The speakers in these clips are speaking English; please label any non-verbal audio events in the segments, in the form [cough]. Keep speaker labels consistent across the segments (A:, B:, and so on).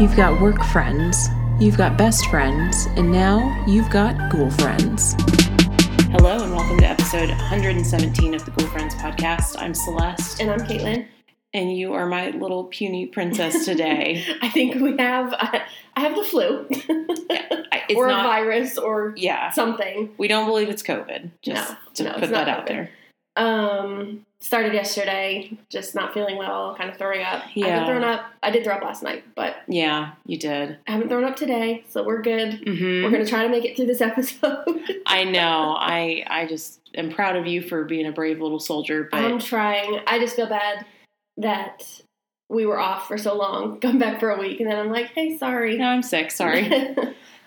A: You've got work friends, you've got best friends, and now you've got ghoul friends.
B: Hello and welcome to episode 117 of the Ghoul Friends podcast. I'm Celeste,
C: And I'm Caitlin.
B: and you are my little puny princess today.
C: [laughs]
A: [laughs]
C: I think we have, I, I have the flu
B: I- it's
C: or
B: not,
C: a virus or
B: yeah.
C: something.
B: We don't believe it's COVID. Just
C: No,
B: to
C: no,
B: put
C: it's
B: that
C: not
B: out
C: COVID.
B: there.
C: Um, started yesterday, just not feeling well, kind of throwing up. I
B: Yeah.
C: haven't thrown up. I did throw up last night, but
B: Yeah, you did.
C: I haven't thrown up today, so we're good.
A: Mm-hmm.
C: We're
B: hmm
C: gonna try to make it through this episode. [laughs]
B: I know. I I just am proud of you for being a brave little soldier, but
C: I'm trying. I just feel bad that we were off for so long, [laughs] come back for a week, and then I'm like, hey, sorry.
B: no, I'm
A: [laughs]
B: sick.
C: [laughs]
B: Sorry.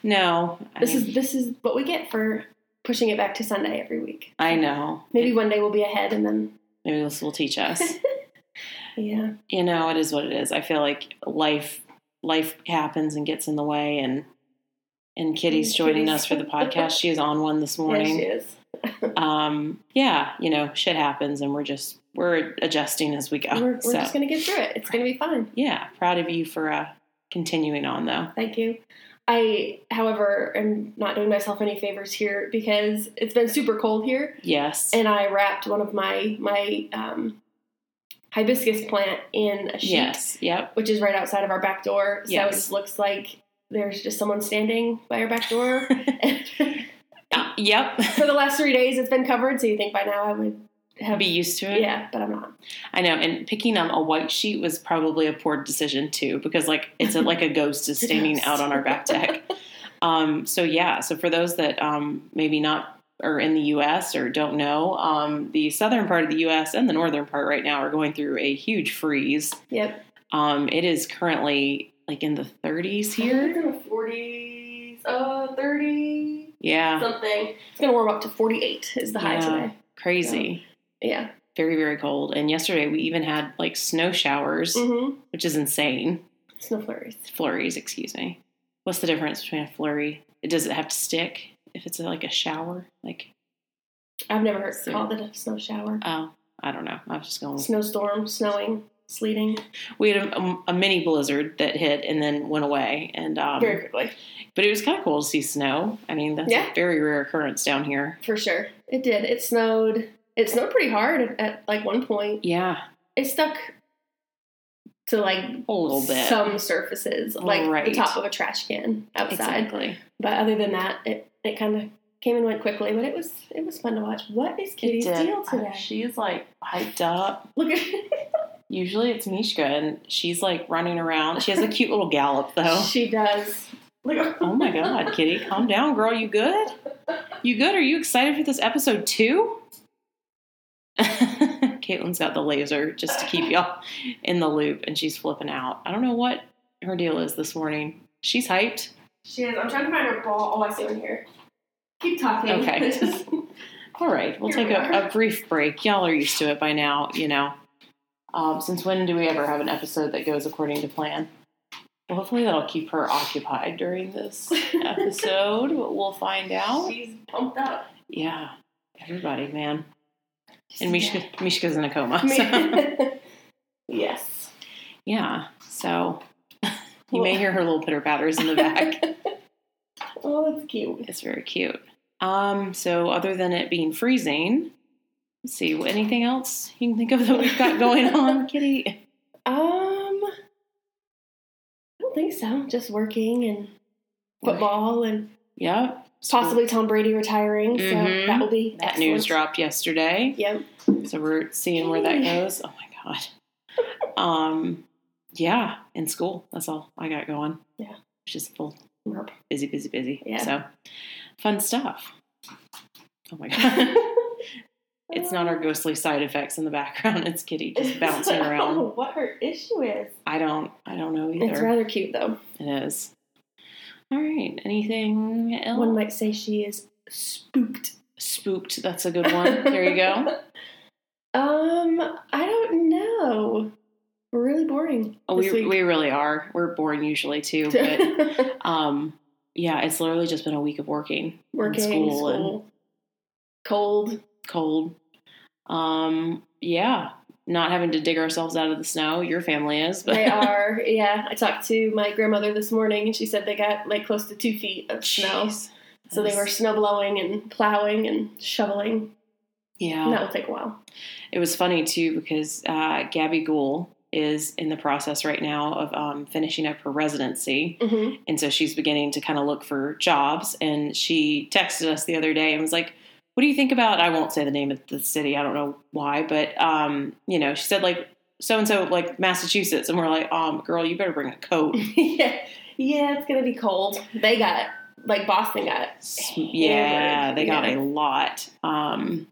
B: No, I
C: this
B: mean,
C: is this is what we get for pushing it back to Sunday every week.
B: I know.
C: Maybe one day we'll be ahead, and then
B: Maybe this will teach us.
C: yeah,
B: you know, it is what it is. I feel like life life happens and gets in the way and and Kitty's
C: Mm,
B: joining
C: Kitty's-
B: us for the podcast. She is on one this morning.
C: Yeah, she is.
B: Um yeah, you know, shit happens and we're just we're adjusting as we go.
C: we're we're
B: Oh, so
C: just gonna get through it. It's gonna be fun.
B: yeah, proud of you for uh continuing on though.
C: Thank you. I, however, am not doing myself any favors here because it's been super cold here,
B: Yes.
C: and I wrapped one of my my um, hibiscus plant in a sheet,
B: yes.
C: [gasps]
B: Yep.
C: which is right outside of our back door. So
B: Yes.
C: it just looks like there's just someone standing by
B: [laughs]
C: our back door. [laughs]
B: Uh, yep.
C: For the last three days, it's been covered, so you think by now I would have
B: Be used to it.
C: yeah, but I'm not.
B: I know. And picking up a white sheet was probably a poor decision too, because like it's a, like a ghost [laughs] is standing
C: ghost.
B: out on our back [laughs] deck. Um, so yeah. So for those that um, maybe not are in the U.S. or don't know, um, the southern part of the U.S. and the northern part right now are going through a huge freeze.
C: Yep,
B: Um, it is currently like in the 30s here.
C: in the 40s, uh, 30s.
B: Yeah,
C: something. It's gonna warm up to 48 is the high
B: Yeah.
C: today.
B: crazy.
C: Yeah.
B: Very very cold. And yesterday we even had like snow showers,
C: Mm-hmm.
B: which is insane.
C: Snow flurries.
B: flurries, excuse me. What's the difference between a flurry? Does it have to stick if it's like a shower? Like,
C: I've never heard
B: So-
C: called it a snow shower.
B: oh, I don't know. I was just going. with-
C: Snowstorm, snowing, sleeting,
B: We had a, a mini blizzard that hit and then went away, and um,
C: very quickly
B: but it was kind of cool to see snow. I mean, that's a
C: Yeah.
B: very rare occurrence down here.
C: for sure. It did. It snowed. It snowed pretty hard at, at like one point.
B: Yeah,
C: It stuck to like
B: a little bit.
C: some surfaces, like the
B: Right.
C: top of a trash can outside.
B: exactly.
C: But other than that, it it kind of came and went quickly. But it was it was fun to watch. What is Kitty's
B: It did.
C: deal
B: Uh,
C: today?
B: She's like hyped up.
C: Look at [laughs]
B: Usually it's Mishka, and she's like running around. She has a cute little gallop though.
C: She does. Look,
B: Oh my God, Kitty, calm down, girl. You good? You good? Are you excited for this episode too? [laughs] Caitlin's got the laser just to keep y'all in the loop, and she's flipping out. I don't know what her deal is this morning. She's hyped.
C: She is. I'm trying to find her ball. Oh, I see one here. Keep talking. [laughs]
B: Okay.
C: Just-
B: All right, we'll
C: Here
B: take
C: we
B: a,
C: are.
B: a brief break. Y'all are used to it by now, you know. Um, since when do we ever have an episode that goes according to plan? Well, hopefully that'll keep her occupied during this episode. we'll find out.
C: She's pumped up.
B: Yeah, everybody, man. And
C: She's [laughs]
B: Mishka, Mishka's in a coma. so- [laughs]
C: mad. [laughs] yes.
B: yeah, so [laughs] you may hear her little pitter patters in the back.
C: [laughs] Oh, that's cute.
B: it's very cute. Um, so other than it being freezing, let's see what- anything else you can think of that we've got going
C: [laughs]
B: on, Kitty.
C: Um, I don't think so. Just working and football and
B: Yep. So
C: possibly Tom Brady retiring.
B: Mhm.
C: So that will be
B: that news
C: excellent.
B: dropped yesterday,
C: Yep.
B: so we're seeing where that goes. Oh my
C: [laughs]
B: god. Um, yeah, in school. That's all I got going.
C: Yeah.
B: just full
C: Merp.
B: busy, busy, busy.
C: Yeah.
B: So fun stuff. Oh my
C: [laughs]
B: god. [laughs] it's not our ghostly side effects in the background. It's Kitty
C: [laughs]
B: just bouncing
C: I don't know
B: around.
C: what her issue is.
B: I don't I don't know
C: It's
B: either.
C: rather cute though.
B: It is. All right. Anything else?
C: One might say she is spooked.
B: Spooked. That's a good one. There you
C: [laughs]
B: go.
C: Um, I don't know. We're really boring.
B: Oh,
C: this
B: we,
C: week.
B: we really are. We're boring usually
C: [laughs]
B: too, but um yeah, it's literally just been a week of working.
C: working
B: school
C: school, cold.
B: [laughs] Cold. Um yeah. not having to dig ourselves out of the snow. Your family is, but
C: They are, yeah. I talked to my grandmother this morning, and she said they got like close to two feet of snow.
B: Jeez.
C: So they were snow blowing and plowing and shoveling.
B: Yeah.
C: And that will take a while.
B: It was funny too because uh, Gabby Gould is in the process right now of um, finishing up her residency.
C: hmm
B: And so she's beginning to kind of look for jobs. And she texted us the other day and was like, What do you think about? I won't say the name of the city. I don't know why, but, um, you know, she said, like, so and so, like Massachusetts. And we're like, um, girl, you better bring a coat.
C: [laughs] yeah, yeah. It's gonna be cold. They got like Boston got
B: yeah, they got
C: Yeah.
B: a lot. Um,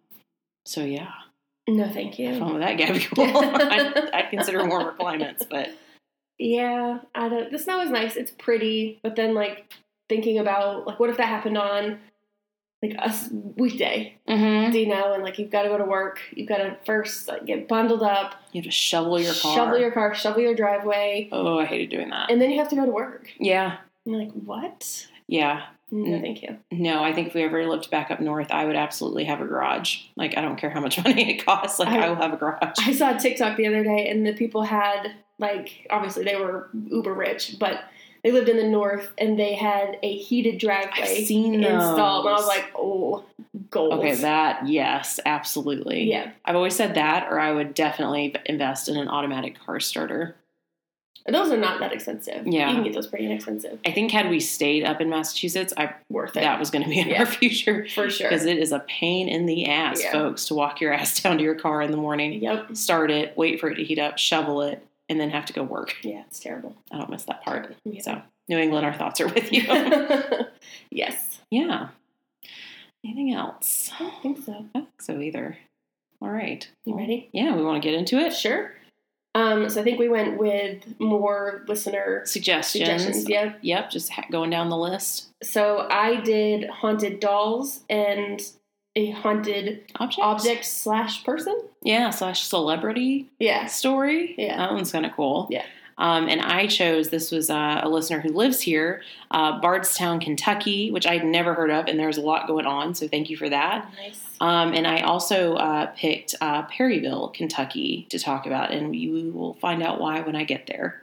B: so, yeah,
C: no, thank
B: have
C: you.
B: fun with that, Gabby. I'd, I'd consider warmer climates, but
C: Yeah, I don't. The snow is nice. It's pretty, but then like thinking about like what if that happened on like a s- weekday,
B: mhm.
C: you know, and like you've got to go to work. You've got to first like get bundled up,
B: you have to shovel your car.
C: shovel your car, shovel your driveway,
B: oh, I hated doing that.
C: and then you have to go to work.
B: Yeah,
C: And you're like, what?
B: yeah.
C: No,
B: Mm.
C: thank you.
B: No, I think if we ever lived back up north, I would absolutely have a garage. Like, I don't care how much [laughs] money it costs. Like, I,
C: I-
B: will have a garage.
C: [laughs] I saw a TikTok the other day, and the people had like obviously they were uber rich, but they lived in the north and they had a heated driveway
B: I've seen those.
C: installed. And I was like, oh, gold.
B: okay, that yes, absolutely.
C: yeah.
B: I've always said that, or I would definitely invest in an automatic car starter.
C: Those are not that expensive.
B: Yeah.
C: you can get those pretty inexpensive.
B: I think had we stayed up in Massachusetts, I
C: Worth it
B: that was going to be [laughs] in
C: Yeah.
B: our future
C: for sure.
B: because it is a pain in the ass,
C: Yeah.
B: folks, to walk your ass [laughs] down to your car in the morning,
C: yep.
B: start it, wait for it to heat up, shovel it, and then have to go work.
C: Yeah, it's terrible.
B: I don't miss that part. [laughs]
C: Yeah.
B: So, New England, our thoughts are with you.
C: [laughs] yes,
B: yeah. Anything else?
C: I don't think so.
B: I don't think so either. All right.
C: You ready?
B: Yeah, we want to get into it.
C: Sure. Um, so I think we went with more listener
B: Suggestions.
C: suggestions. Yep.
B: Yep, just ha- going down the list.
C: So I did haunted dolls and a haunted
B: Objects.
C: object slash person.
B: Yeah, slash celebrity
C: Yeah.
B: story.
C: Yeah.
B: That one's kind of cool.
C: Yeah.
B: Um, and I chose this was uh, a listener who lives here, uh, Bardstown, Kentucky, which I'd never heard of, and there's a lot going on. So thank you for that.
C: Nice.
B: Um, and I also uh, picked uh, Perryville, Kentucky to talk about, and you will find out why when I get there.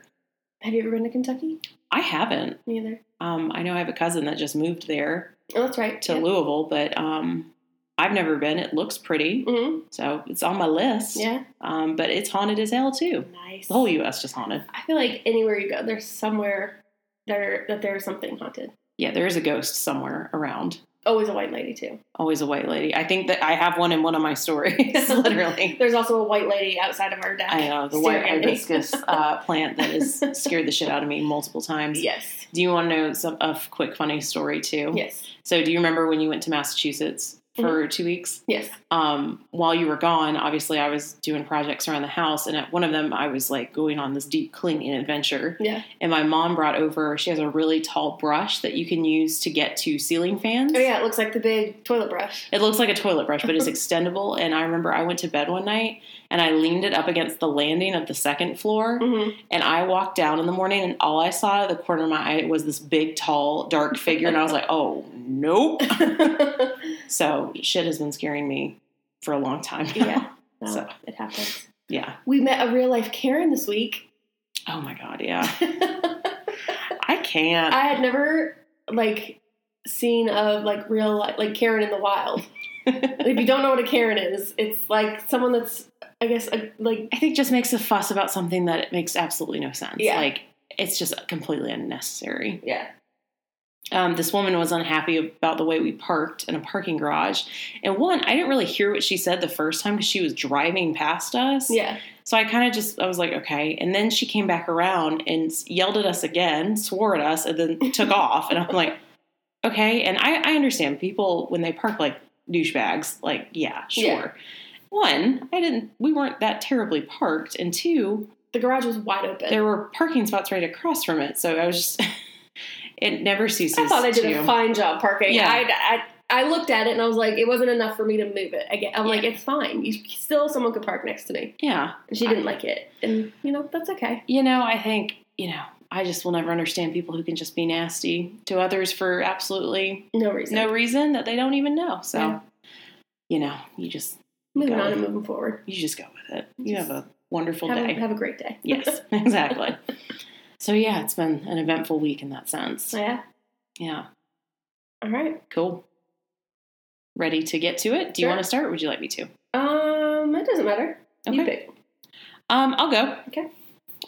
C: Have you ever been to Kentucky?
B: I haven't.
C: Me either.
B: Um, I know I have a cousin that just moved there
C: Oh, that's right.
B: to Louisville, but um, I've never been. It looks pretty,
C: hmm
B: so it's on my list.
C: Yeah.
B: Um, but it's haunted as hell too.
C: Nice.
B: The whole U.S. just haunted.
C: I feel like anywhere you go, there's somewhere there that there's something haunted.
B: Yeah, there is a ghost somewhere around.
C: Always a white lady too.
B: Always a white lady. I think that I have one in one of my stories. [laughs] literally,
C: There's also a white lady outside of our deck.
B: I know the white
C: staring at me.
B: hibiscus uh, plant that has scared the shit out of me multiple
C: [laughs]
B: times.
C: Yes.
B: Do you want to know some, a f- quick funny story too?
C: Yes.
B: So, do you remember when you went to Massachusetts for
C: Mm-hmm.
B: two weeks?
C: Yes.
B: Um, while you were gone, obviously, I was doing projects around the house, and at one of them, I was like going on this deep cleaning adventure. [laughs]
C: Yeah.
B: And my mom brought over. She has a really tall brush that you can use to get to ceiling fans.
C: Oh yeah, it looks like the big toilet brush.
B: It looks like a toilet brush, but
C: [laughs]
B: it's extendable. And I remember I went to bed one night and I leaned it up against the landing of the second floor.
C: hmm
B: [laughs] And I walked down in the morning, and all I saw out of the corner of my eye was this big, tall, dark figure. And I was like, oh, nope. So shit has been scaring me for a long time.
C: [laughs] yeah. No,
B: So.
C: It happens.
B: [laughs] yeah.
C: We met a real life Karen this week. [laughs]
B: Oh my God. Yeah.
C: I
B: I can't.
C: had never like seen a like real li like Karen in the wild.
B: [laughs]
C: if you don't know what a Karen is, it's like someone that's I guess a, like
B: I think just makes a fuss about something that it makes absolutely no sense.
C: Yeah.
B: Like it's just completely unnecessary.
C: yeah
B: Um, this woman was unhappy about the way we parked in a parking garage. And one, I didn't really hear what she said the first time because she was driving past us.
C: yeah
B: So I kind of just, I was like, okay. And then she came back around and s- yelled at us again, swore at us, and
C: [laughs]
B: then took off. And I'm like, okay. And I, I understand people when they park like douchebags, like, yeah, sure.
C: Yeah.
B: One, I didn't, we weren't that terribly parked. And two,
C: the garage was wide open.
B: there were parking spots right across from it. So I was just, [laughs] it never ceases.
C: I thought they did
B: to-
C: a fine job parking.
B: Yeah.
C: I, I I looked at it and I was like, it wasn't enough for me to move it. I get, I'm like,
B: Yeah.
C: it's fine. You still someone could park next to me.
B: Yeah.
C: And she didn't like it, and you know that's okay.
B: You know, I think, you know, I just will never understand people who can just be nasty to others for absolutely
C: No reason.
B: no reason that they don't even know. So,
C: Yeah.
B: you know, you just
C: Moving
B: Go.
C: on and moving forward.
B: You just go with it. You
C: Just
B: have a wonderful
C: Have
B: [laughs]
C: a,
B: day.
C: have a great day.
B: yes, exactly. So yeah, it's been an eventful week in that sense.
C: So, [laughs] yeah.
B: Yeah,
C: All right.
B: cool. Ready to get to it? Do you
C: Sure.
B: want to start? Or would you like me to?
C: Um, it doesn't matter. You
B: Okay.
C: pick.
B: Um, I'll go.
C: Okay.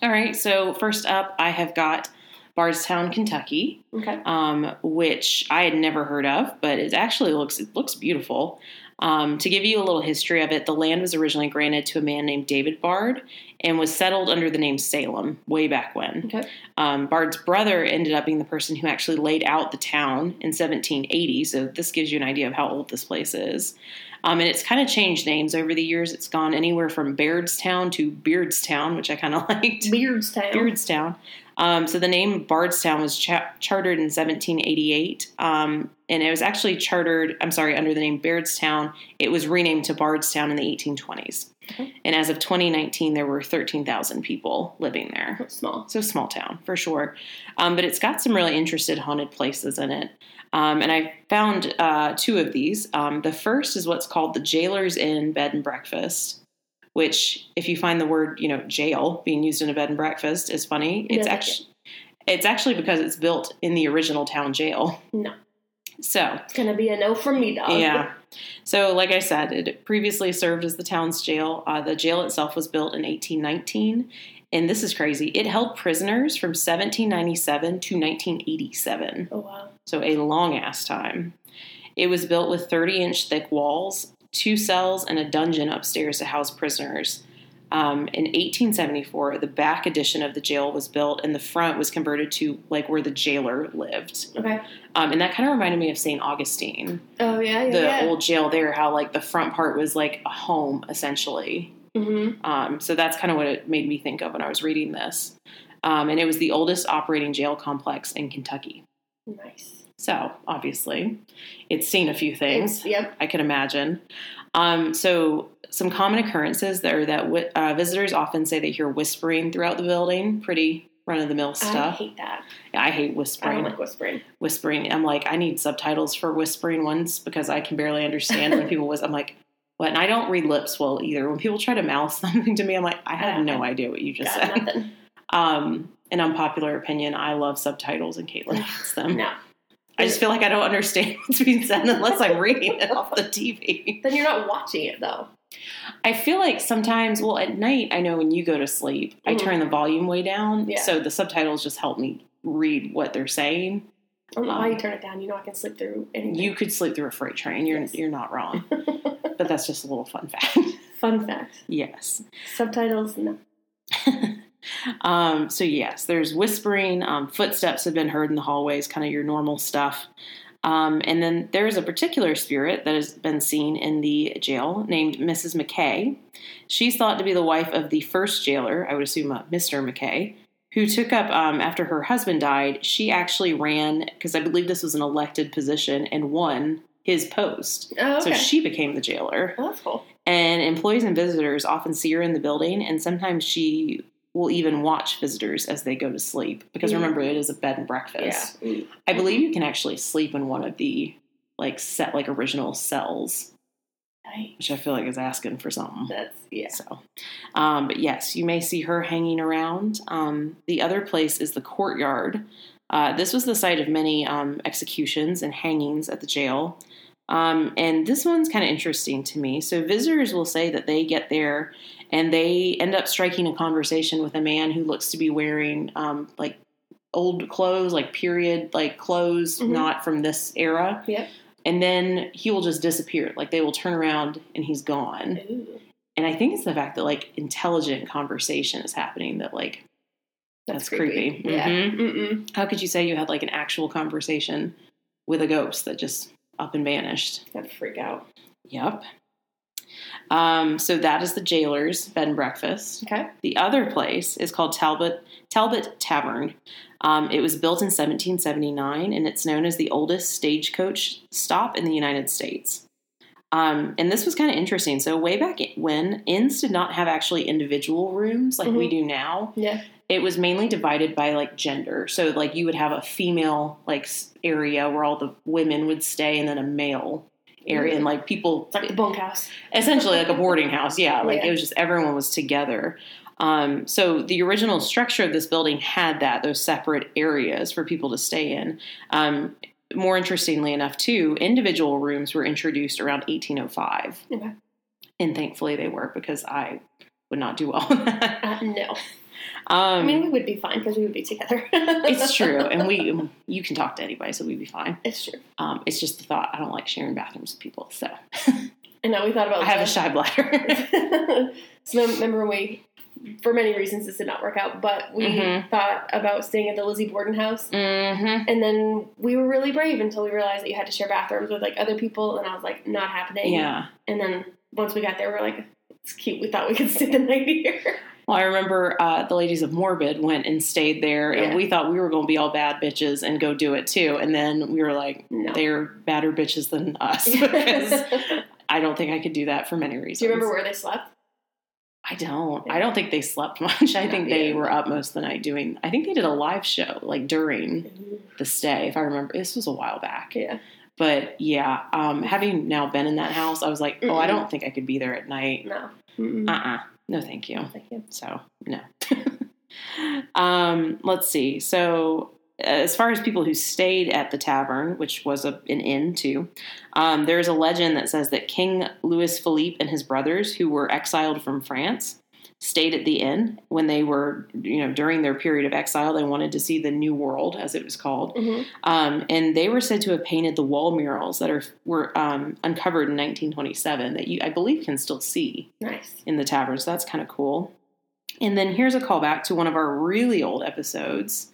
B: All right. So first up, I have got Bardstown, Kentucky,
C: Okay.
B: um, which I had never heard of, but it actually looks it looks beautiful. Um, to give you a little history of it, the land was originally granted to a man named David Bard and was settled under the name Salem way back when.
C: Okay.
B: Um, Bard's brother ended up being the person who actually laid out the town in 1780, so this gives you an idea of how old this place is. Um, and it's kind of changed names over the years. It's gone anywhere from Bairdstown to Beardstown, which I kind of [laughs] liked.
C: Beardstown.
B: Beardstown. Um, so the name Bardstown was cha- chartered in 1788, um, and it was actually chartered. I'm sorry, under the name Bairdstown, it was renamed to Bardstown in the 1820s.
C: Okay.
B: And as of 2019, there were 13,000 people living there.
C: Small.
B: So small town for sure, um, but it's got some really interested haunted places in it. Um, and I found uh, two of these. Um, the first is what's called the Jailer's Inn Bed and Breakfast, which, if you find the word you know jail being used in a bed and breakfast, is funny.
C: Yeah,
B: It's
C: I like
B: actually it's actually because it's built in the original town jail.
C: No.
B: So
C: It's gonna be a no from me, dog.
B: yeah. So, like I said, it previously served as the town's jail. Uh, the jail itself was built in 1819, and this is crazy. It held prisoners from 1797 to 1987,
C: Oh wow.
B: so a long ass time. It was built with 30 inch thick walls, two cells, and a dungeon upstairs to house prisoners. Um, in 1874, the back addition of the jail was built, and the front was converted to like where the jailer lived.
C: Okay.
B: Um, and that kind of reminded me of St. Augustine
C: Oh yeah. Yeah.
B: the
C: yeah.
B: old jail there, how like the front part was like a home essentially.
C: Mhm.
B: Um, so that's kind of what it made me think of when I was reading this. Um, and it was the oldest operating jail complex in Kentucky.
C: Nice.
B: So obviously, it's seen a few things.
C: It's- Yep.
B: I can imagine. Um, so, some common occurrences that are that wi- uh, visitors often say they hear whispering throughout the building. Pretty run of the mill
C: I
B: stuff.
C: hate that.
B: Yeah, I hate,
C: I
B: whispering.
C: don't like whispering.
B: whispering. I'm like, I need subtitles for whispering ones because I can barely understand when people was. I'm like, what? And I don't read lips well either. When people try to mouth [laughs] something to me, I'm like, I have no idea what you just
C: Got
B: said.
C: nothing.
B: Um, an unpopular opinion: I love subtitles, and Caitlin hates them.
C: No.
B: I just feel like I don't understand [laughs] what's being said unless I'm reading it off the TV.
C: Then you're not watching it though.
B: I feel like sometimes, well, at night, I know when you go to sleep, I
C: Mhm.
B: turn the volume way down,
C: Yeah.
B: so the subtitles just help me read what they're saying.
C: I don't know how
B: Um,
C: you turn it down. You know I can sleep through anything.
B: You could sleep through a freight train. You're
C: Yes.
B: you're not [laughs] wrong. but that's just a little fun fact. [laughs]
C: Fun fact.
B: yes.
C: Subtitles. No.
B: Um, so yes, there's whispering. Um, footsteps have been heard in the hallways. Kind of your normal stuff. Um, and then there is a particular spirit that has been seen in the jail named Mrs. McKay. She's thought to be the wife of the first jailer, I would assume uh, Mr. McKay, who took up um, after her husband died. She actually ran, because I believe this was an elected position, and won his post.
C: Oh, okay.
B: So she became the jailer.
C: Oh, that's cool.
B: And employees and visitors often see her in the building, and sometimes she will even watch visitors as they go to sleep. Because
C: Mhm.
B: remember, it is a bed and breakfast.
C: Yeah. Mm,
B: I believe you can actually sleep in one of the like set like original cells,
C: Nice.
B: which I feel like is asking for something.
C: That's yeah.
B: So, um, but yes, you may see her hanging around. Um, the other place is the courtyard. Uh, this was the site of many um, executions and hangings at the jail. Um, and this one's kind of interesting to me. So, visitors will say that they get there and they end up striking a conversation with a man who looks to be wearing um, like old clothes, like period, like clothes,
C: Mhm.
B: not from this era.
C: Yep.
B: And then he will just disappear. Like they will turn around and he's gone
C: Ooh.
B: and I think it's the fact that like intelligent conversation is happening that like
C: That's,
B: That's
C: creepy.
B: creepy.
C: Yeah.
B: Mhm.
C: Mm-mm.
B: how could you say you had like an actual conversation with a ghost that just up and vanished?
C: I'd freak out.
B: Yep. Um, so that is the jailer's bed and breakfast.
C: Okay.
B: The other place is called Talbot Talbot Tavern. Um, it was built in 1779, and it's known as the oldest stagecoach stop in the United States. Um, and this was kind of interesting. So way back when, inns did not have actually individual rooms like we
C: Mhm.
B: do now.
C: Yeah.
B: It was mainly divided by like gender. So like you would have a female like s- area where all the women would stay, and then a male area
C: Mm-hmm.
B: and like people
C: It's like the bunkhouse.
B: essentially like a boarding house. Yeah, like
C: Yeah.
B: it was just everyone was together. Um, so the original structure of this building had that those separate areas for people to stay in. Um, more interestingly enough, too, individual rooms were introduced around 1805,
C: Okay.
B: and thankfully they were because I would not do well. [laughs] in that.
C: Uh, no,
B: Um,
C: I mean we would be fine because we would be together. [laughs]
B: it's true, and we you can talk to anybody, so we'd be fine.
C: It's true.
B: Um, it's just the thought I don't like sharing bathrooms with people, so
C: I know we thought about.
B: I have a
C: that.
B: shy bladder.
C: [laughs] so remember when we, for many reasons, this did not work out. But we
B: Mhm.
C: thought about staying at the Lizzie Borden house,
B: mm-hmm.
C: and then we were really brave until we realized that you had to share bathrooms with like other people, and I was like, not
B: [laughs]
C: happening.
B: Yeah.
C: And then once we got there, we are like, it's cute. We thought we could [laughs] stay the night here.
B: Well, I remember uh, the ladies of Morbid went and stayed there,
C: Yeah.
B: and we thought we were going to be all bad bitches and go do it too. And then we were like,
C: No. [laughs]
B: they're badder bitches than us because I don't think I could do that for many reasons.
C: Do you remember where they slept?
B: I don't. I don't think they slept much. I
C: No,
B: think
C: yeah.
B: they were up most of the night doing. I think they did a live show like during the stay, if I remember. This was a while back.
C: Yeah.
B: But yeah, um, having now been in that house, I was like, oh, I
C: Mm-mm.
B: don't think I could be there at night.
C: No. Mm-mm.
B: Uh uh No, thank you.
C: Thank you.
B: So no. [laughs] um, let's see. So as far as people who stayed at the tavern, which was a, an inn too, um, there is a legend that says that King Louis Philippe and his brothers, who were exiled from France, stayed at the inn when they were, you know, during their period of exile. They wanted to see the New World, as it was called.
C: Mhm.
B: Um, and they were said to have painted the wall murals that are were um, uncovered in 1927 that you, I believe, can still see [laughs]
C: Nice.
B: in the tavern. So that's kind of cool. And then here's a callback to one of our really old episodes.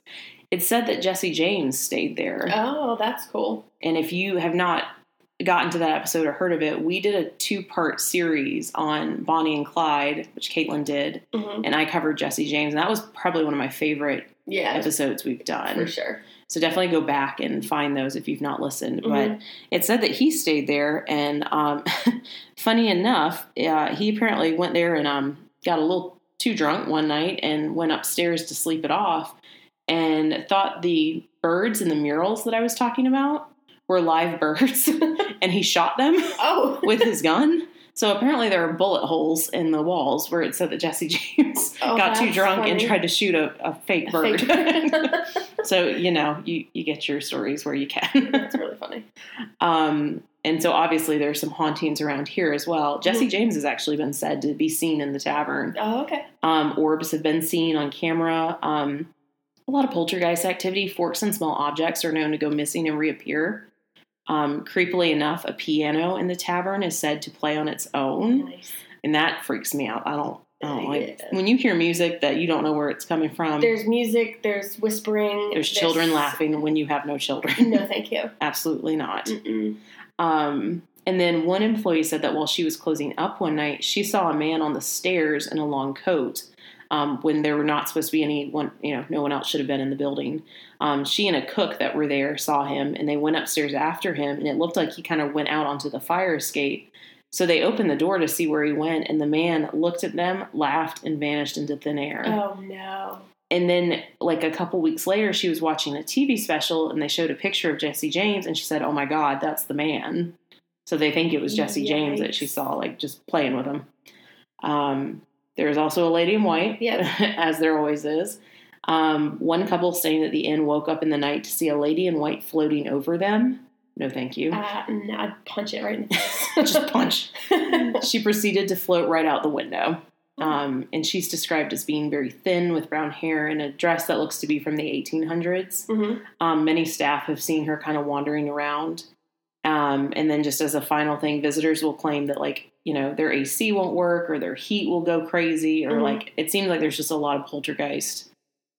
B: It said that Jesse James stayed there.
C: Oh, that's cool.
B: And if you have not gotten to that episode or heard of it, we did a two part series on Bonnie and Clyde, which Caitlin did.
C: hmm
B: And I covered Jesse James. And that was probably one of my favorite
C: Yeah,
B: episodes we've done.
C: for sure.
B: So definitely go back and find those if you've not listened.
C: Mhm.
B: But it said that he stayed there, and um, [laughs] funny enough, uh, he apparently went there and um, got a little too drunk one night and went upstairs to sleep it off, and thought the birds in the murals that I was talking about were live [laughs]
C: [laughs]
B: birds, and he shot them
C: Oh,
B: with his gun. So apparently there are bullet holes in the walls where it said that Jesse [laughs] James
C: Oh,
B: [laughs] got too
C: that's
B: drunk and
C: funny.
B: tried to shoot a, a fake bird. [laughs]
C: Fake bird.
B: So you know, you you get your stories where you [laughs] can.
C: [laughs] That's really funny.
B: um, and so obviously there's some hauntings around here as well. Jesse James has actually been said to be seen in the tavern.
C: Oh, okay.
B: Um, orbs have been seen on camera. Um, a lot of poltergeist activity. Forks and small objects are known to go missing and reappear. Um, creepily enough, a piano in the tavern is said to play on its own,
C: Nice.
B: and that freaks me out. I don't. I don't like
C: Yeah.
B: when you hear music that you don't know where it's coming from. There's,
C: There's music. There's whispering.
B: Um, children laughing when you have no children.
C: [laughs] No, thank you.
B: [laughs] Absolutely not.
C: Mm-mm.
B: Um, and then one employee said that while she was closing up one night, she saw a man on the stairs in a long coat. Um, when there were not supposed to be anyone, you know, no one else should have been in the building. Um, she and a cook that were there saw him, and they went upstairs after him. And it looked like he kind of went out onto the fire escape. So they opened the door to see where he went, and the man looked at them, laughed, and vanished into thin air
C: Oh no.
B: and then like a couple weeks later she was watching a tv special and they showed a picture of jesse james and she said oh my god that's the man so they think it was jesse james that she
C: Yikes.
B: saw like just playing with him um, there's also a lady in white [laughs]
C: Yep.
B: as there always is um, one couple staying at the inn woke up in the night to see a lady in white floating over them no thank you
C: Uh, no, I'd punch it right in the
B: [laughs]
C: face. Mm-hmm.
B: just
C: [laughs]
B: punch she proceeded to float right out the window. Um, and she's described as being very thin with brown hair and a dress that looks to be from the 1800s.
C: Mhm.
B: Um, many staff have seen her kind of wandering around. Um, and then, just as a final thing, visitors will claim that, like, you know, their AC won't work or their heat will go crazy, or
C: Mhm.
B: like it seems like there's just a lot of poltergeist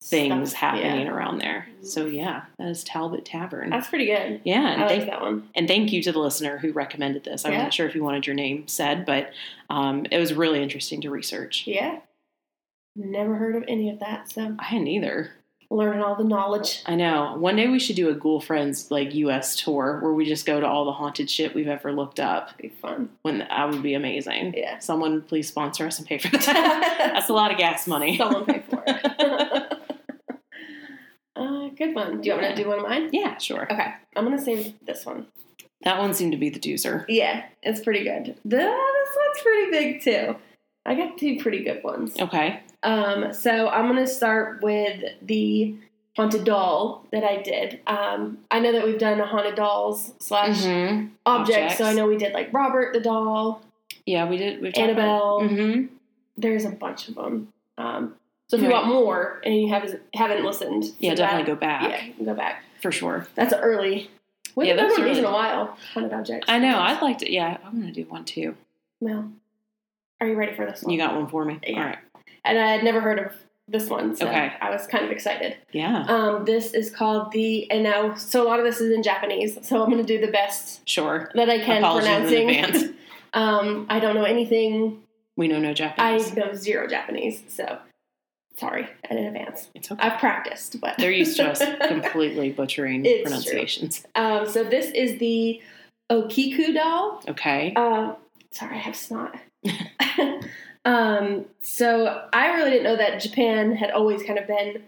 B: things
C: Stuff,
B: happening
C: yeah.
B: around there. So, yeah, that is Talbot Tavern.
C: That's pretty good.
B: yeah, and
C: I
B: thank
C: like that one.
B: and thank you to the listener who recommended this. I'm
C: Yeah.
B: not sure if you wanted your name said, but um, it was really interesting to research.
C: Yeah. Never heard of any of that, so
B: I hadn't either.
C: learning all the knowledge.
B: I know. One day we should do a Ghoul Friends like U.S. tour where we just go to all the haunted shit we've ever looked up.
C: Be fun.
B: When that would be amazing. [laughs]
C: Yeah. [laughs]
B: Someone please sponsor us and pay for that. That's a lot of gas money.
C: Someone pay for [laughs] it. uh, good one. Do you want me to do one of mine?
B: Yeah, sure.
C: Okay, I'm gonna save this one.
B: That one seemed to be the doozer.
C: Yeah, it's pretty good. The, this one's pretty big too. I got two pretty good ones.
B: Okay.
C: Um, so I'm gonna start with the haunted doll that I did. Um, I know that we've done haunted dolls slash
B: Mm-hmm.
C: objects, So I
B: Objects.
C: know we did like Robert the doll,
B: Yeah, we did. We've talked about-
C: Annabelle.
B: Mhm.
C: There's a bunch of them. Um, so if you
B: Right.
C: want more and you have haven't listened, to
B: Yeah,
C: that,
B: definitely go back
C: Yeah, you can go back.
B: for sure.
C: That's early. We
B: Yeah,
C: haven't
B: that's
C: done one of these in
B: early.
C: a while. Haunted objects.
B: I know. I'd like to. Yeah, I'm gonna do one too.
C: Mel, are you ready for this one?
B: You got one for me.
C: Yeah.
B: All right.
C: and I had never heard of this one, so
B: Okay.
C: I was kind of excited.
B: Yeah.
C: Um, this is called the, and now, so a lot of this is in Japanese, so I'm going to do the best
B: Sure.
C: that I can
B: Apologies in
C: pronouncing.
B: advance.
C: [laughs] um, I don't know anything.
B: We know no
C: I
B: Japanese.
C: know zero Japanese, so sorry in advance.
B: it's okay.
C: I've practiced, but
B: They're used
C: [laughs]
B: to us completely butchering
C: It's true.
B: pronunciations.
C: um, so this is the Okiku doll.
B: Okay.
C: Um, sorry, I have snot. [laughs] um, so I really didn't know that Japan had always kind of been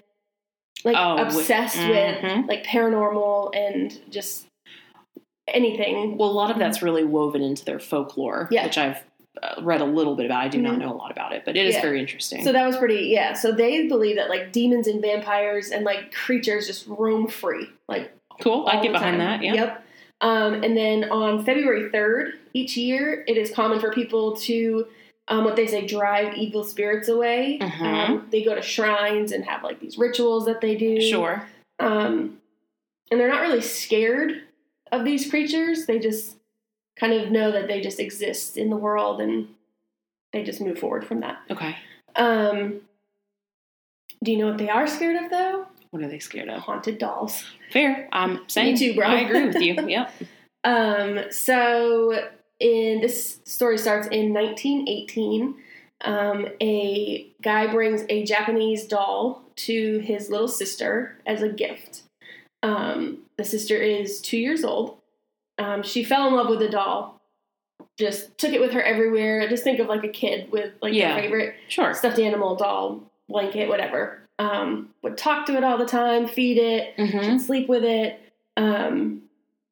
C: like
B: Oh, with-
C: obsessed with,
B: mhm.
C: like paranormal and just anything.
B: Well, a lot of that's really woven into their folklore,
C: Yeah.
B: which I've uh, read a little bit about. I do
C: Mhm.
B: not know a lot about it, but it is
C: Yeah.
B: very interesting.
C: So that was pretty, yeah. So they believe that like demons and vampires and like creatures just roam free, like
B: cool. I
C: all
B: get
C: the
B: behind
C: time.
B: that. Yeah.
C: Yep. Um, and then on February 3rd each year, it is common for people to, um, what they say, drive evil spirits away.
B: Mhm.
C: Um, they go to shrines and have like these rituals that they do.
B: Sure.
C: Um, and they're not really scared of these creatures. They just kind of know that they just exist in the world and they just move forward from that.
B: Okay.
C: Um, do you know what they are scared of though?
B: What are they scared of?
C: Haunted dolls.
B: Fair. I'm saying.
C: too, bro.
B: I agree
C: [laughs]
B: with you. Yep.
C: Um, so in this story starts in 1918. Um, a guy brings a Japanese doll to his little sister as a gift. Um, the sister is two years old. Um, she fell in love with the doll. Just took it with her everywhere. Just think of like a kid with like
B: Yeah.
C: their favorite
B: Sure.
C: stuffed animal, doll, blanket, whatever. Um, would talk to it all the time, feed it,
B: hmm
C: should sleep with it. Um,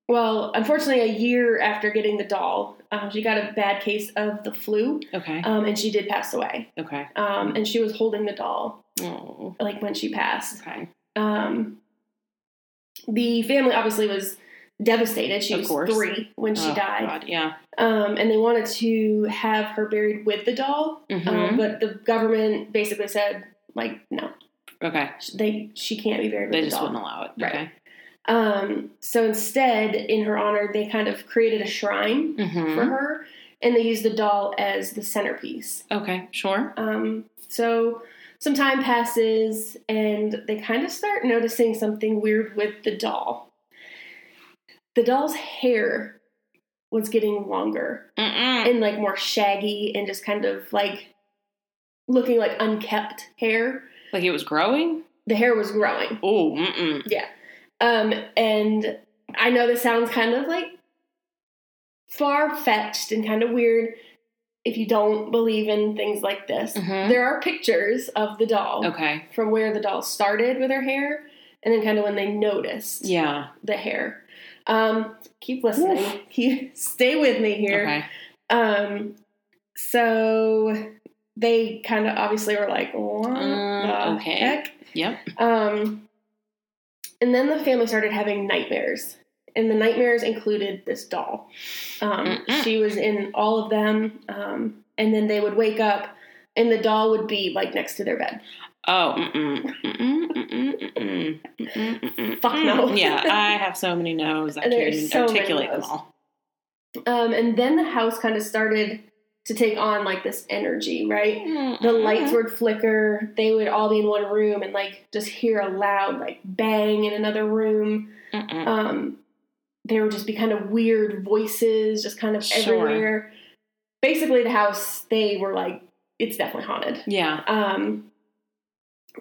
C: well, unfortunately, a year after getting the doll, um, she got a bad case of the flu,
B: Okay.
C: um, and she did pass away.
B: Okay.
C: Um, and she was holding the doll
B: Oh.
C: like when she passed.
B: Okay.
C: Um, the family obviously was devastated. She
B: Of
C: was
B: course.
C: three when she
B: Oh,
C: died,
B: God, Yeah.
C: um, and they wanted to have her buried with the doll,
B: hmm
C: um, but the government basically said like no,
B: okay.
C: sh- they she can't be buried with
B: They
C: the
B: just
C: doll.
B: wouldn't allow it.
C: Right. Um, so instead, in her honor, they kind of created a shrine
B: Okay. hmm
C: for her, and they used the doll as the centerpiece.
B: Okay. Sure.
C: Um, so some time passes, and they kind of start noticing something weird with the doll. The doll's hair was getting longer
B: Mm-mm.
C: and like more shaggy, and just kind of like looking like unkept hair.
B: Like it was growing.
C: The hair was growing.
B: Oh. Mm-mm.
C: Um, and I know this sounds kind of like far fetched and kind of weird if you don't believe in things like this.
B: Mhm.
C: There are pictures of the doll
B: Okay.
C: from where the doll started with her hair and then kind of when they noticed
B: Yeah.
C: the hair. Um, keep listening.
B: Oof.
C: [laughs] Keep, stay with me here.
B: Okay.
C: Um, so they kind of obviously were like, what
B: Um,
C: the
B: okay.
C: heck?
B: Yep.
C: Um, and then the family started having nightmares, and the nightmares included this doll. Um,
B: Mm-mm.
C: she was in all of them, um, and then they would wake up, and the doll would be like next to their bed.
B: Oh, mm-mm, mm-mm, mm-mm, mm-mm, mm-mm, mm-mm.
C: Fuck no.
B: yeah, I have so many no's. I
C: And
B: can't
C: there's
B: even
C: so many
B: articulate them
C: no's.
B: all.
C: Um, and then the house kind of started to take on like this energy, right? The
B: Mm-hmm.
C: lights would flicker. They would all be in one room and like just hear a loud like bang in another room.
B: Mm-mm.
C: um, there would just be kind of weird voices just kind of
B: Sure.
C: everywhere. Basically, the house, they were like, it's definitely haunted.
B: Yeah.
C: Um,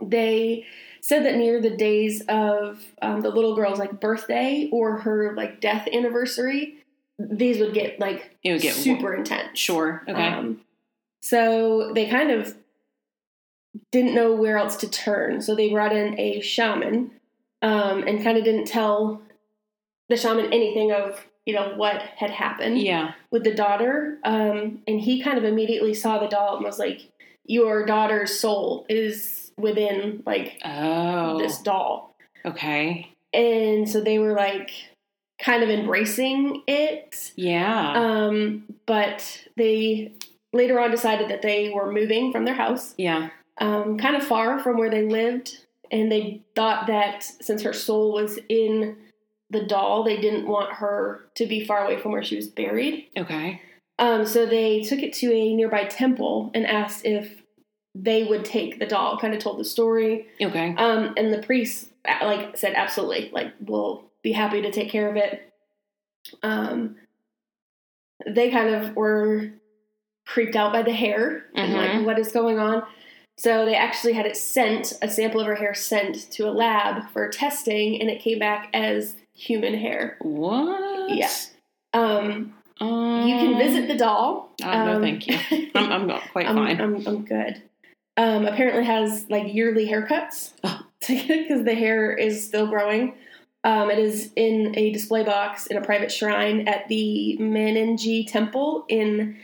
C: they said that near the days of um, the little girl's like birthday or her like death anniversary, these would get like
B: It would get
C: super intense.
B: Sure. Okay.
C: Um, so they kind of didn't know where else to turn. So they brought in a shaman um, and kind of didn't tell the shaman anything of you know what had happened
B: Yeah.
C: with the daughter, um, and he kind of immediately saw the doll and was like, "Your daughter's soul is within like
B: Oh.
C: this doll,"
B: Okay.
C: and so they were like kind of embracing it.
B: Yeah.
C: Um, but they later on decided that they were moving from their house,
B: yeah.
C: um, kind of far from where they lived, and they thought that since her soul was in the doll, they didn't want her to be far away from where she was buried.
B: Okay.
C: Um, so they took it to a nearby temple and asked if they would take the doll. Kind of told the story,
B: Okay.
C: um, and the priest uh, like said, "Absolutely, like we'll be happy to take care of it." Um, they kind of were creeped out by the hair and
B: Mhm.
C: like what is going on. So they actually had it sent, a sample of her hair sent to a lab for testing, and it came back as human hair.
B: What?
C: Yeah. Um,
B: Um,
C: you can visit the doll.
B: Oh, no,
C: um,
B: thank
C: [laughs]
B: you. I'm, I'm not quite
C: I'm,
B: fine.
C: I'm, I'm good. Um, apparently has like yearly haircuts
B: Oh.
C: [laughs] because the hair is still growing. Um, it is in a display box in a private shrine at the Meninji Temple in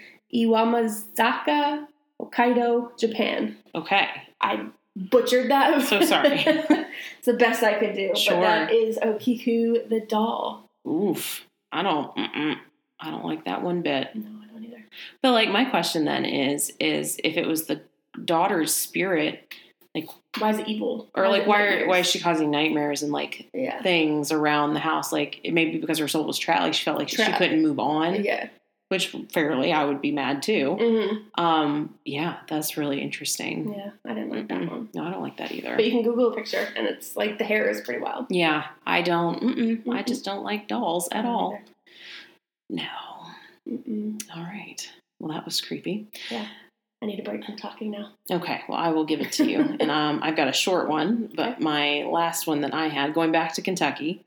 C: Iwamazaka, Hokkaido, Japan.
B: okay.
C: I butchered that.
B: So sorry.
C: [laughs] it's the best I could do.
B: Sure.
C: But that is Okiku the doll.
B: Oof. I don't. Mm-mm. I don't like that one bit.
C: No, I don't either.
B: But like, my question then is: is if it was the daughter's spirit,
C: Why is it evil?
B: or
C: is
B: like,
C: it
B: why? Are, why
C: nightmares?
B: is she causing nightmares and like
C: Yeah.
B: things around the house? Like, it may be because her soul was trapped. Like, she felt like she
C: Trapped.
B: couldn't move on.
C: Yeah.
B: Which, fairly, I would be mad too.
C: Mhm.
B: Um. Yeah, that's really interesting.
C: Yeah. I didn't like that one.
B: No, I don't like that either.
C: But you can Google a picture, and it's like the hair is pretty wild.
B: Yeah, I don't. Mm-mm, I just don't like dolls at all. No.
C: Um, Mm-mm.
B: All right. Well, that was creepy.
C: I need a break from talking now.
B: Okay. Well, I will give it to you.
C: [laughs]
B: and um, I've got a short one, but my last one that I had, going back to Kentucky,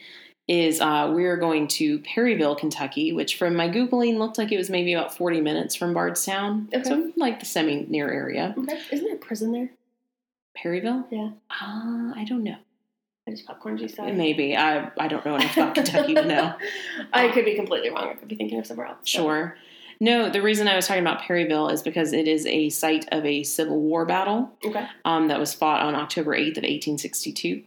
B: is uh, we're going to Perryville, Kentucky, which from my Googling looked like it was maybe about 40 minutes from Bardstown. So,
C: Okay.
B: like the semi near area.
C: Okay. Isn't there a prison there?
B: Perryville?
C: Yeah.
B: Uh, I don't know.
C: I just popcorn juice out.
B: Maybe. I, I don't know enough
C: [laughs]
B: about Kentucky to know.
C: I could be completely wrong. I could be thinking of somewhere else. so-
B: Sure. No, the reason I was talking about Perryville is because it is a site of a Civil War battle
C: Okay.
B: um, that was fought on October 8th of 1862.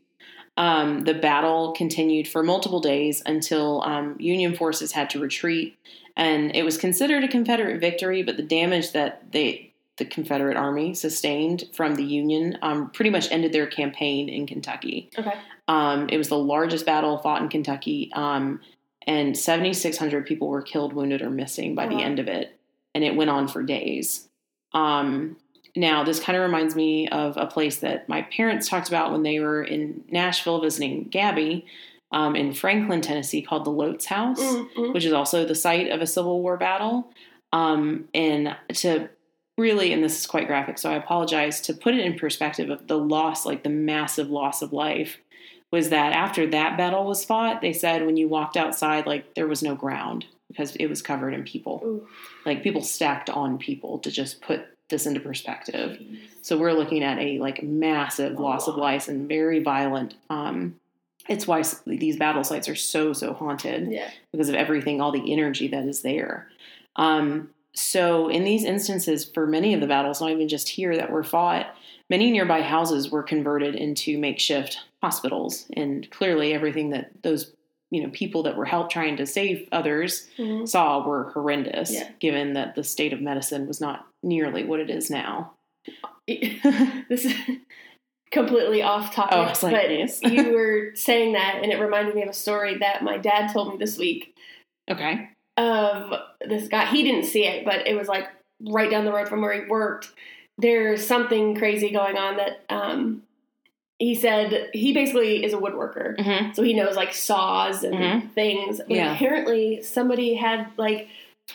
B: Um, the battle continued for multiple days until um, Union forces had to retreat, and it was considered a Confederate victory. But the damage that they, the Confederate Army sustained from the Union um, pretty much ended their campaign in Kentucky.
C: Okay.
B: Um, it was the largest battle fought in Kentucky, um, and 7,600 people were killed, wounded, or missing by the
C: Wow.
B: end of it. And it went on for days. Um, now, this kind of reminds me of a place that my parents talked about when they were in Nashville visiting Gabby um, in Franklin, Tennessee, called the Lotes House
C: Mm-mm.
B: which is also the site of a Civil War battle. Um, and to really, and this is quite graphic, so I apologize, to put it in perspective of the loss, like the massive loss of life, was that after that battle was fought, they said when you walked outside, like there was no ground because it was covered in people.
C: Ooh.
B: Like people stacked on people to just put this into perspective. So we're looking at a like massive loss of life and very violent. Um, it's why s- these battle sites are so so haunted
C: Yeah.
B: because of everything, all the energy that is there. Um, so, in these instances, for many of the battles, not even just here that were fought, many nearby houses were converted into makeshift hospitals, and clearly, everything that those you know people that were helped trying to save others
C: Mhm.
B: saw were horrendous,
C: Yeah.
B: given that the state of medicine was not nearly what it is now.
C: [laughs] this is completely off topic.
B: Oh, I was like,
C: but
B: yes.
C: you were saying that, and it reminded me of a story that my dad told me this week.
B: Okay.
C: of this guy. He didn't see it, but it was like right down the road from where he worked. There's something crazy going on that um, he said he basically is a woodworker.
B: Mm-hmm.
C: So he knows like saws and
B: Mhm.
C: things. But
B: Yeah.
C: apparently somebody had like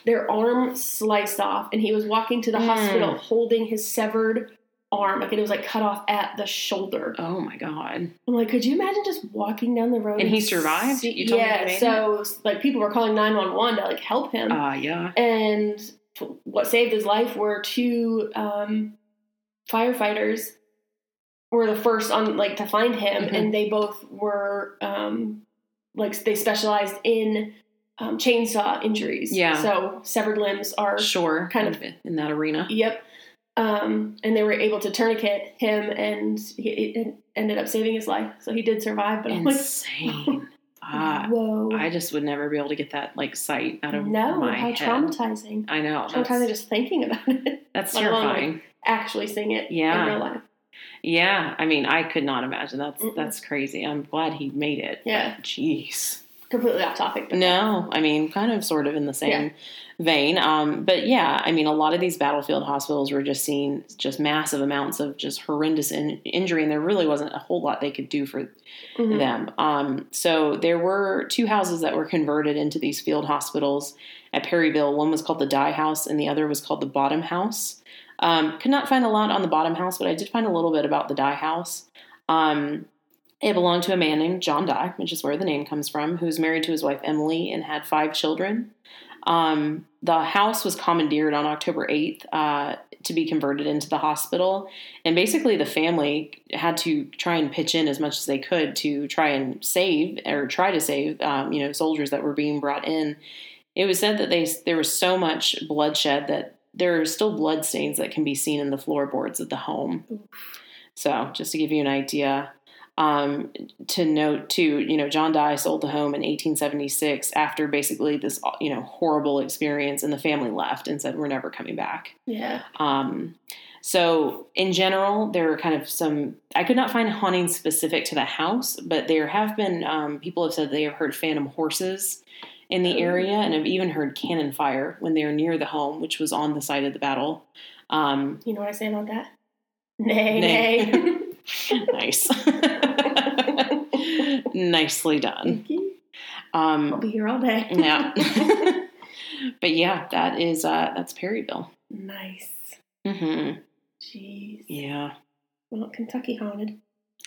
C: their arm sliced off and he was walking to the
B: Mm.
C: hospital holding his severed arm. Like it was like cut off at the shoulder.
B: Oh my God.
C: I'm like, could you imagine just walking down the road?
B: And he survived?
C: see-
B: You told me
C: yeah.
B: he made
C: so like people were calling 911 to like help him
B: Ah, yeah.
C: and f- what saved his life were two um, firefighters were the first on like to find him
B: Mhm.
C: and they both were um, like they specialized in um, chainsaw injuries.
B: Yeah.
C: So severed limbs are.
B: Sure,
C: Kind of.
B: in that arena.
C: Yep. Um, and they were able to tourniquet him, and he it ended up saving his life. So he did survive. [laughs] But I'm like,
B: Insane. ah,
C: whoa,
B: I just would never be able to get that like sight out of
C: no,
B: my
C: how
B: head.
C: traumatizing.
B: I know.
C: Sometimes I'm
B: That's,
C: just thinking about it,
B: that's
C: let alone, like,
B: terrifying.
C: actually seeing it
B: Yeah.
C: in real life.
B: Yeah, I mean, I could not imagine. That's
C: Mm-mm.
B: that's crazy. I'm glad he made it.
C: Yeah.
B: Jeez.
C: Completely off topic. But
B: No, I mean, kind of, sort of in the same vein. Um, but yeah, I mean, a lot of these battlefield hospitals were just seeing just massive amounts of just horrendous in- injury, and there really wasn't a whole lot they could do for
C: Mhm.
B: them. Um, so there were two houses that were converted into these field hospitals at Perryville. One was called the Dye House, and the other was called the Bottom House. Um, could not find a lot on the Bottom House, but I did find a little bit about the Dye House. Um, it belonged to a man named John Dye, which is where the name comes from, who was married to his wife Emily and had five children. Um, the house was commandeered on October 8th uh, to be converted into the hospital. And basically, the family had to try and pitch in as much as they could to try and save or try to save, um, you know, soldiers that were being brought in. It was said that they there was so much bloodshed that there are still blood stains that can be seen in the floorboards of the home. So, just to give you an idea, um, to note too, you know, John Dye sold the home in 1876 after basically this, you know, horrible experience, and the family left and said, "We're never coming back."
C: Yeah.
B: Um, so, in general, there are kind of some. I could not find hauntings specific to the house, but there have been um, people have said they have heard phantom horses in the area, and have even heard cannon fire when they were near the home, which was on the site of the battle. Um,
C: You know what I say about that? Nay,
B: Nay.
C: nay.
B: [laughs] nice, [laughs] nicely done.
C: I'll
B: Um,
C: be here all day.
B: yeah, [laughs] but yeah, that is uh, that's Perryville.
C: nice.
B: hmm
C: Jeez.
B: Yeah,
C: Well, Kentucky haunted.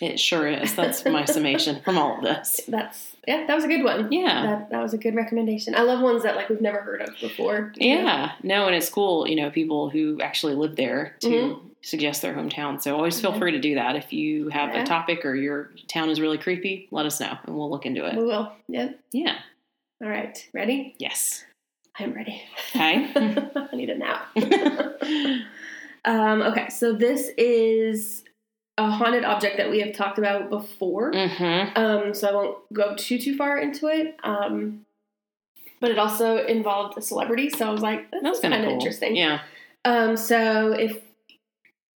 B: it sure is. That's my summation from all of this.
C: That's yeah. That was a good one.
B: Yeah.
C: That that was a good recommendation. I love ones that like we've never heard of before. you know?
B: Yeah. No, and it's cool, you know, people who actually live there to suggest their hometown. So always feel
C: Mm-hmm.
B: free
C: Yeah.
B: to do that. If you have
C: Yeah.
B: a topic or your town is really creepy, let us know and we'll look into it.
C: We will. Yep.
B: Yeah.
C: All right. Ready?
B: Yes.
C: I'm ready.
B: Okay.
C: [laughs]
B: Mm. Mm-hmm.
C: I need a nap. um, okay. So this is a haunted object that we have talked about before.
B: mm-hmm.
C: Um, so I won't go too too far into it. Um, but it also involved a celebrity, so I was like,
B: That was kind of
C: kinda
B: cool.
C: interesting.
B: Yeah.
C: Um, so if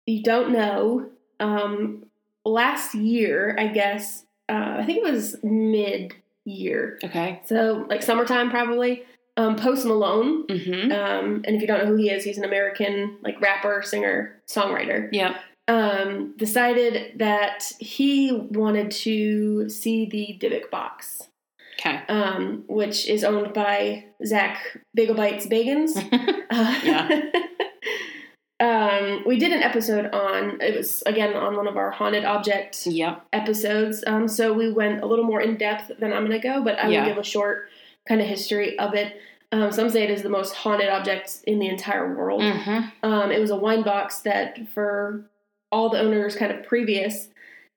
C: you don't know, um, last year, I guess, uh, I think it was mid year.
B: Okay.
C: So like summertime probably. Um, Post Malone.
B: Mm-hmm.
C: Um, and if you don't know who he is, he's an American like rapper, singer, songwriter.
B: Yep.
C: Um, decided that he wanted to see the Dybbuk box,
B: Okay. [laughs]
C: um, which is owned by Zach Bagel Bites Bagans.
B: [laughs]
C: Uh,
B: Yeah.
C: [laughs] um, we did an episode on it was again on one of our haunted object
B: yep.
C: episodes. Um, so we went a little more in depth than I'm going to go, but I
B: Yeah.
C: will give a short kind of history of it. Um, some say it is the most haunted object in the entire world.
B: Mm-hmm.
C: Um, it was a wine box that, for all the owners kind of previous,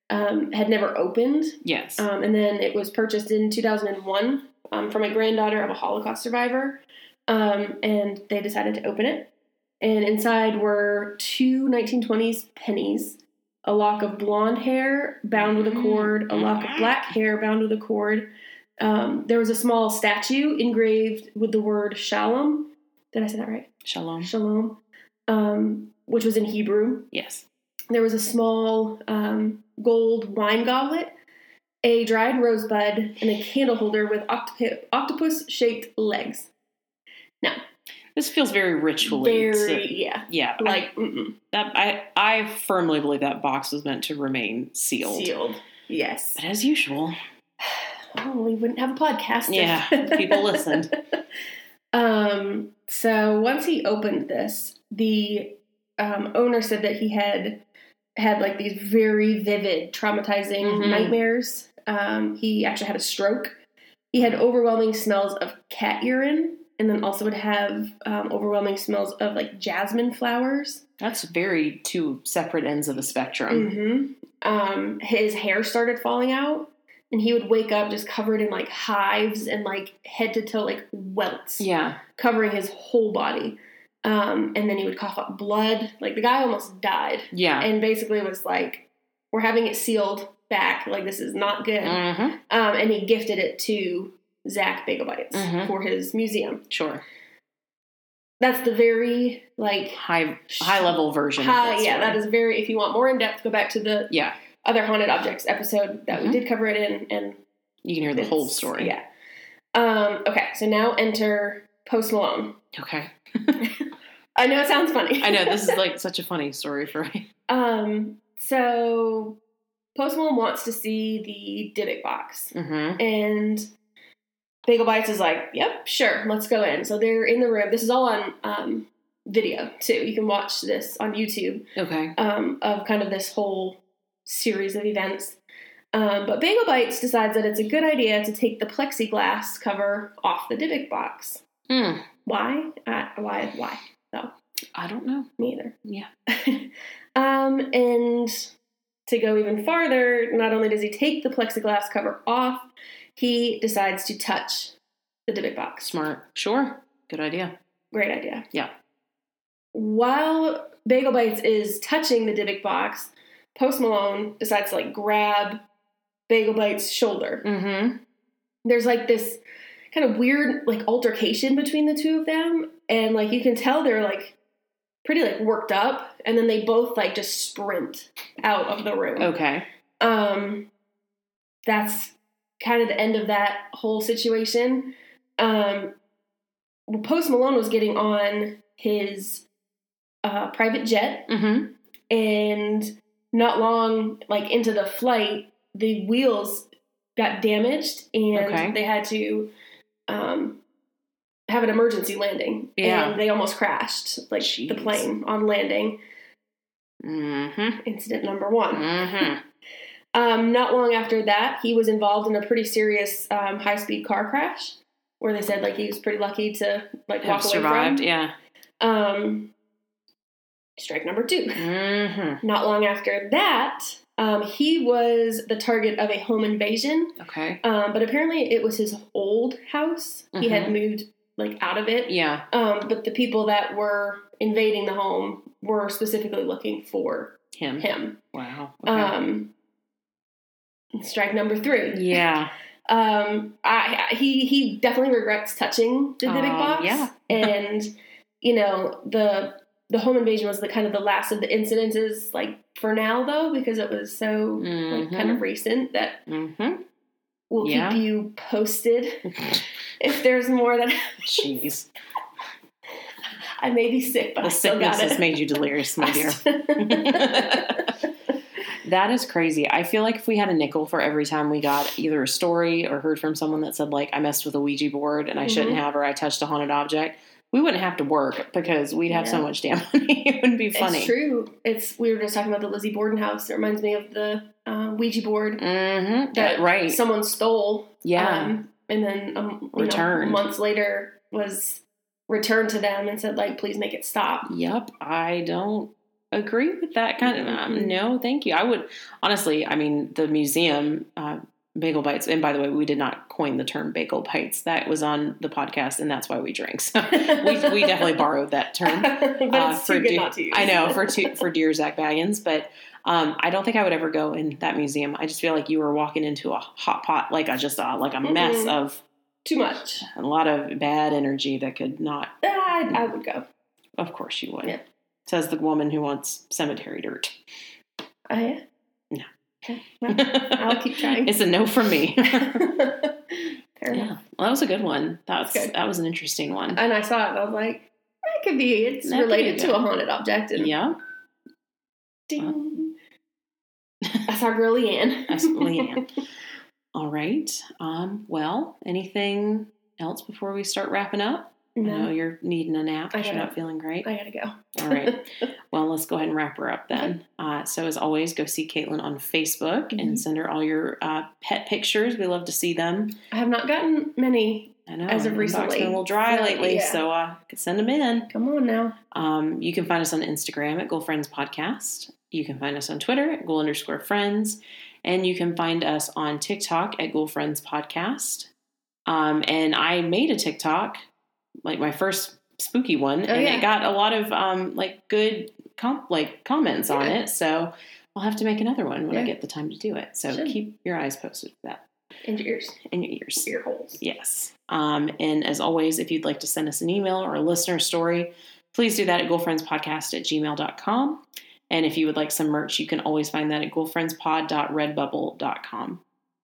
C: um, had never opened.
B: Yes.
C: Um, and then it was purchased in 2001 um, from a granddaughter of a Holocaust survivor. Um, and they decided to open it. And inside were two 1920s pennies, a lock of blonde hair bound with a cord, a lock of black hair bound with a cord. Um, there was a small statue engraved with the word shalom. Did I say that right?
B: Shalom.
C: Shalom, um, which was in Hebrew
B: Yes.
C: there was a small um, gold wine goblet, a dried rosebud, and a candle holder with octop- octopus shaped legs.
B: This feels very ritually.
C: Very, yeah.
B: yeah. I-
C: Like, mm-mm,
B: that I I firmly believe that box was meant to remain sealed.
C: Yes.
B: But as usual.
C: Oh, we wouldn't have a podcast. if-
B: Yeah,
C: [laughs]
B: people listened.
C: Um, so once he opened this, the um, owner said that he had had like these very vivid, traumatizing
B: Mhm.
C: nightmares. Um, he actually had a stroke. He had overwhelming smells of cat urine, and then also would have um, overwhelming smells of like jasmine flowers.
B: That's very
C: Mm-hmm.
B: two separate ends of the spectrum.
C: hmm Um, his hair started falling out. and he would wake up just covered in like hives and like head to toe like welts
B: Yeah.
C: covering his whole body. Um, and then he would cough up blood. Like the guy almost died,
B: Yeah.
C: and basically was like, "We're having it sealed back. Like this is not good."
B: Mm-hmm.
C: Um, and he gifted it to Zach Bigabites
B: Mhm.
C: for his museum.
B: Sure.
C: That's the very like
B: High high level version.
C: high.
B: of that
C: yeah,
B: story.
C: that is very. If you want more in depth, go back to the
B: Yeah.
C: other haunted objects episode that
B: Mhm.
C: we did cover it in, and
B: You can hear the whole
C: it's-
B: story.
C: Yeah. Um, okay, so now enter Post Malone.
B: Okay.
C: I know it sounds funny.
B: I know this is like [laughs] such a funny story for me.
C: Um, so Post Malone wants to see the Dybbuk box,
B: Mm-hmm.
C: and Bagel Bites is like, "Yep, sure, let's go in." So they're in the room. This is all on um, video too. You can watch this on YouTube
B: Okay.
C: um, of kind of this whole series of events. Um, but Bagel Bites decides that it's a good idea to take the plexiglass cover off the Dybbuk box.
B: Hmm.
C: Why? Uh, why? Why?
B: I don't know.
C: Me either.
B: Yeah.
C: [laughs] um, and to go even farther, not only does he take the plexiglass cover off, he decides to touch the Dybbuk box.
B: Smart. Sure. Good idea.
C: Great idea.
B: Yeah.
C: While Bagel Bites is touching the Dybbuk box, Post Malone decides to like grab Bagel Bites' shoulder.
B: Mm-hmm.
C: There's like this kind of weird like altercation between the two of them, and like you can tell they're like pretty like worked up, and then they both like just sprint out of the room.
B: Okay.
C: um that's kind of the end of that whole situation um well, post malone was getting on his uh private jet
B: Mm-hmm.
C: and not long like into the flight the wheels got damaged and
B: Okay.
C: they had to um have an emergency landing
B: Yeah.
C: and they almost crashed like the
B: Jeez.
C: plane on landing
B: Mm-hmm.
C: incident number 1
B: Mm-hmm.
C: Um, not long after that, he was involved in a pretty serious um, high-speed car crash, where they said like he was pretty lucky to like walk
B: Have
C: away
B: survived.
C: from.
B: Yeah.
C: Um, strike number two. [laughs]
B: Mm-hmm.
C: Not long after that, um, he was the target of a home invasion,
B: Okay.
C: um, but apparently it was his old house. He had moved like out of it,
B: Mm-hmm. Yeah.
C: um, but the people that were invading the home were specifically looking for
B: Him.
C: him.
B: Wow. Okay.
C: Um, strike number three.
B: yeah.
C: um I, I- he he definitely regrets touching the Dybbuk
B: Um,
C: box
B: yeah.
C: [laughs] and you know the the home invasion was the kind of the last of the incidences like for now though because it was so like kind of recent that
B: Mm-hmm.
C: we'll
B: Yeah.
C: keep you posted if there's more that
B: Mm-hmm. [laughs]
C: [laughs]
B: Jeez.
C: I may be sick but
B: The
C: I still
B: sickness
C: got
B: has
C: it
B: made you delirious, my
C: I [laughs]
B: dear.
C: still-
B: [laughs] That is crazy. I feel like if we had a nickel for every time we got either a story or heard from someone that said, like, I messed with a Ouija board and I shouldn't
C: Mm-hmm.
B: have, or I touched a haunted object, we wouldn't have to work because we'd have so
C: Yeah.
B: much damn [laughs] money. it would be funny.
C: it's true it's we were just talking about the Lizzie Borden house it reminds me of the uh, Ouija board
B: Mm-hmm.
C: That-
B: right.
C: someone stole
B: yeah.
C: Um, and then um, you know,
B: Returned.
C: months later was returned to them and said like, please make it stop.
B: Yep, I don't agree with that kind of. Um,
C: Mhm.
B: no, thank you. I would honestly. I mean, the museum uh, bagel bites, and by the way, we did not coin the term bagel bites. That was on the podcast, and that's why we drank.
C: [laughs]
B: So we we definitely borrowed that term.
C: but
B: uh,
C: it's too
B: for
C: good
B: dear-
C: not to use.
B: I know
C: [laughs]
B: for two, for dear Zach Baggins, but um, I don't think I would ever go in that museum. I just feel like you were walking into a hot pot, like a just a, like a mess
C: Mhm.
B: of
C: too much. Uh,
B: a lot of bad energy that could not.
C: I, I would go.
B: Of course, you would.
C: Yeah.
B: Says the woman who wants cemetery dirt.
C: I,
B: No.
C: Okay, well, I'll keep
B: [laughs]
C: trying.
B: It's a no from
C: [laughs]
B: me.
C: Fair
B: yeah,
C: enough.
B: well, that was a good one. That's
C: Good.
B: that was an interesting one.
C: And I saw it. and I was like, that could be. It's
B: That could be
C: related
B: good.
C: to a haunted object. And
B: yeah, [laughs]
C: ding. That's our girl Leanne.
B: that's Leanne. All right. Um, well, anything else before we start wrapping up? I know
C: [laughs] no,
B: you're needing a nap.
C: I
B: 'cause You're
C: gotta-
B: not feeling great.
C: I gotta go.
B: All right. Well, let's go ahead and wrap her up then. Uh, so, as always, go see Caitlin on Facebook
C: Mhm.
B: and send her all your uh, pet pictures. We love to see them.
C: [laughs] I have not gotten many.
B: I know
C: As of
B: my inbox
C: recently.
B: been a little dry
C: Really,
B: lately,
C: yeah.
B: so uh, send them in.
C: Come on now.
B: Um, you can find us on Instagram at Goal Friends Podcast. You can find us on Twitter at Goal underscore Friends. And you can find us on TikTok at Ghoul Friends Podcast. Um, and I made a TikTok, like my first spooky one,
C: Oh,
B: and
C: yeah.
B: it got a lot of um, like good com- like comments on
C: Yeah.
B: it. So I'll have to make another one when I
C: Yeah.
B: get the time to do it. So
C: Should.
B: keep your eyes posted for that
C: And your ears,
B: and your ears.
C: ear holes.
B: Yes. Um, and as always, if you'd like to send us an email or a listener story, please do that at girlfriendspodcast at gmail.com. And if you would like some merch, you can always find that at girlfriendspod.redbubble.com.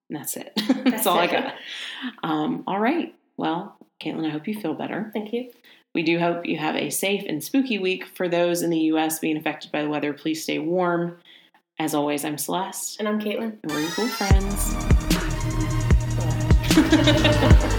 B: And that's it. [laughs] that's,
C: That's
B: all I
C: it.
B: got. [laughs] Um, all right. Well, Caitlin, I hope you feel better.
C: Thank you.
B: We do hope you have a safe and spooky week. For those in the U.S. being affected by the weather, please stay warm. As always, I'm Celeste,
C: And I'm Caitlin.
B: and we're your cool friends.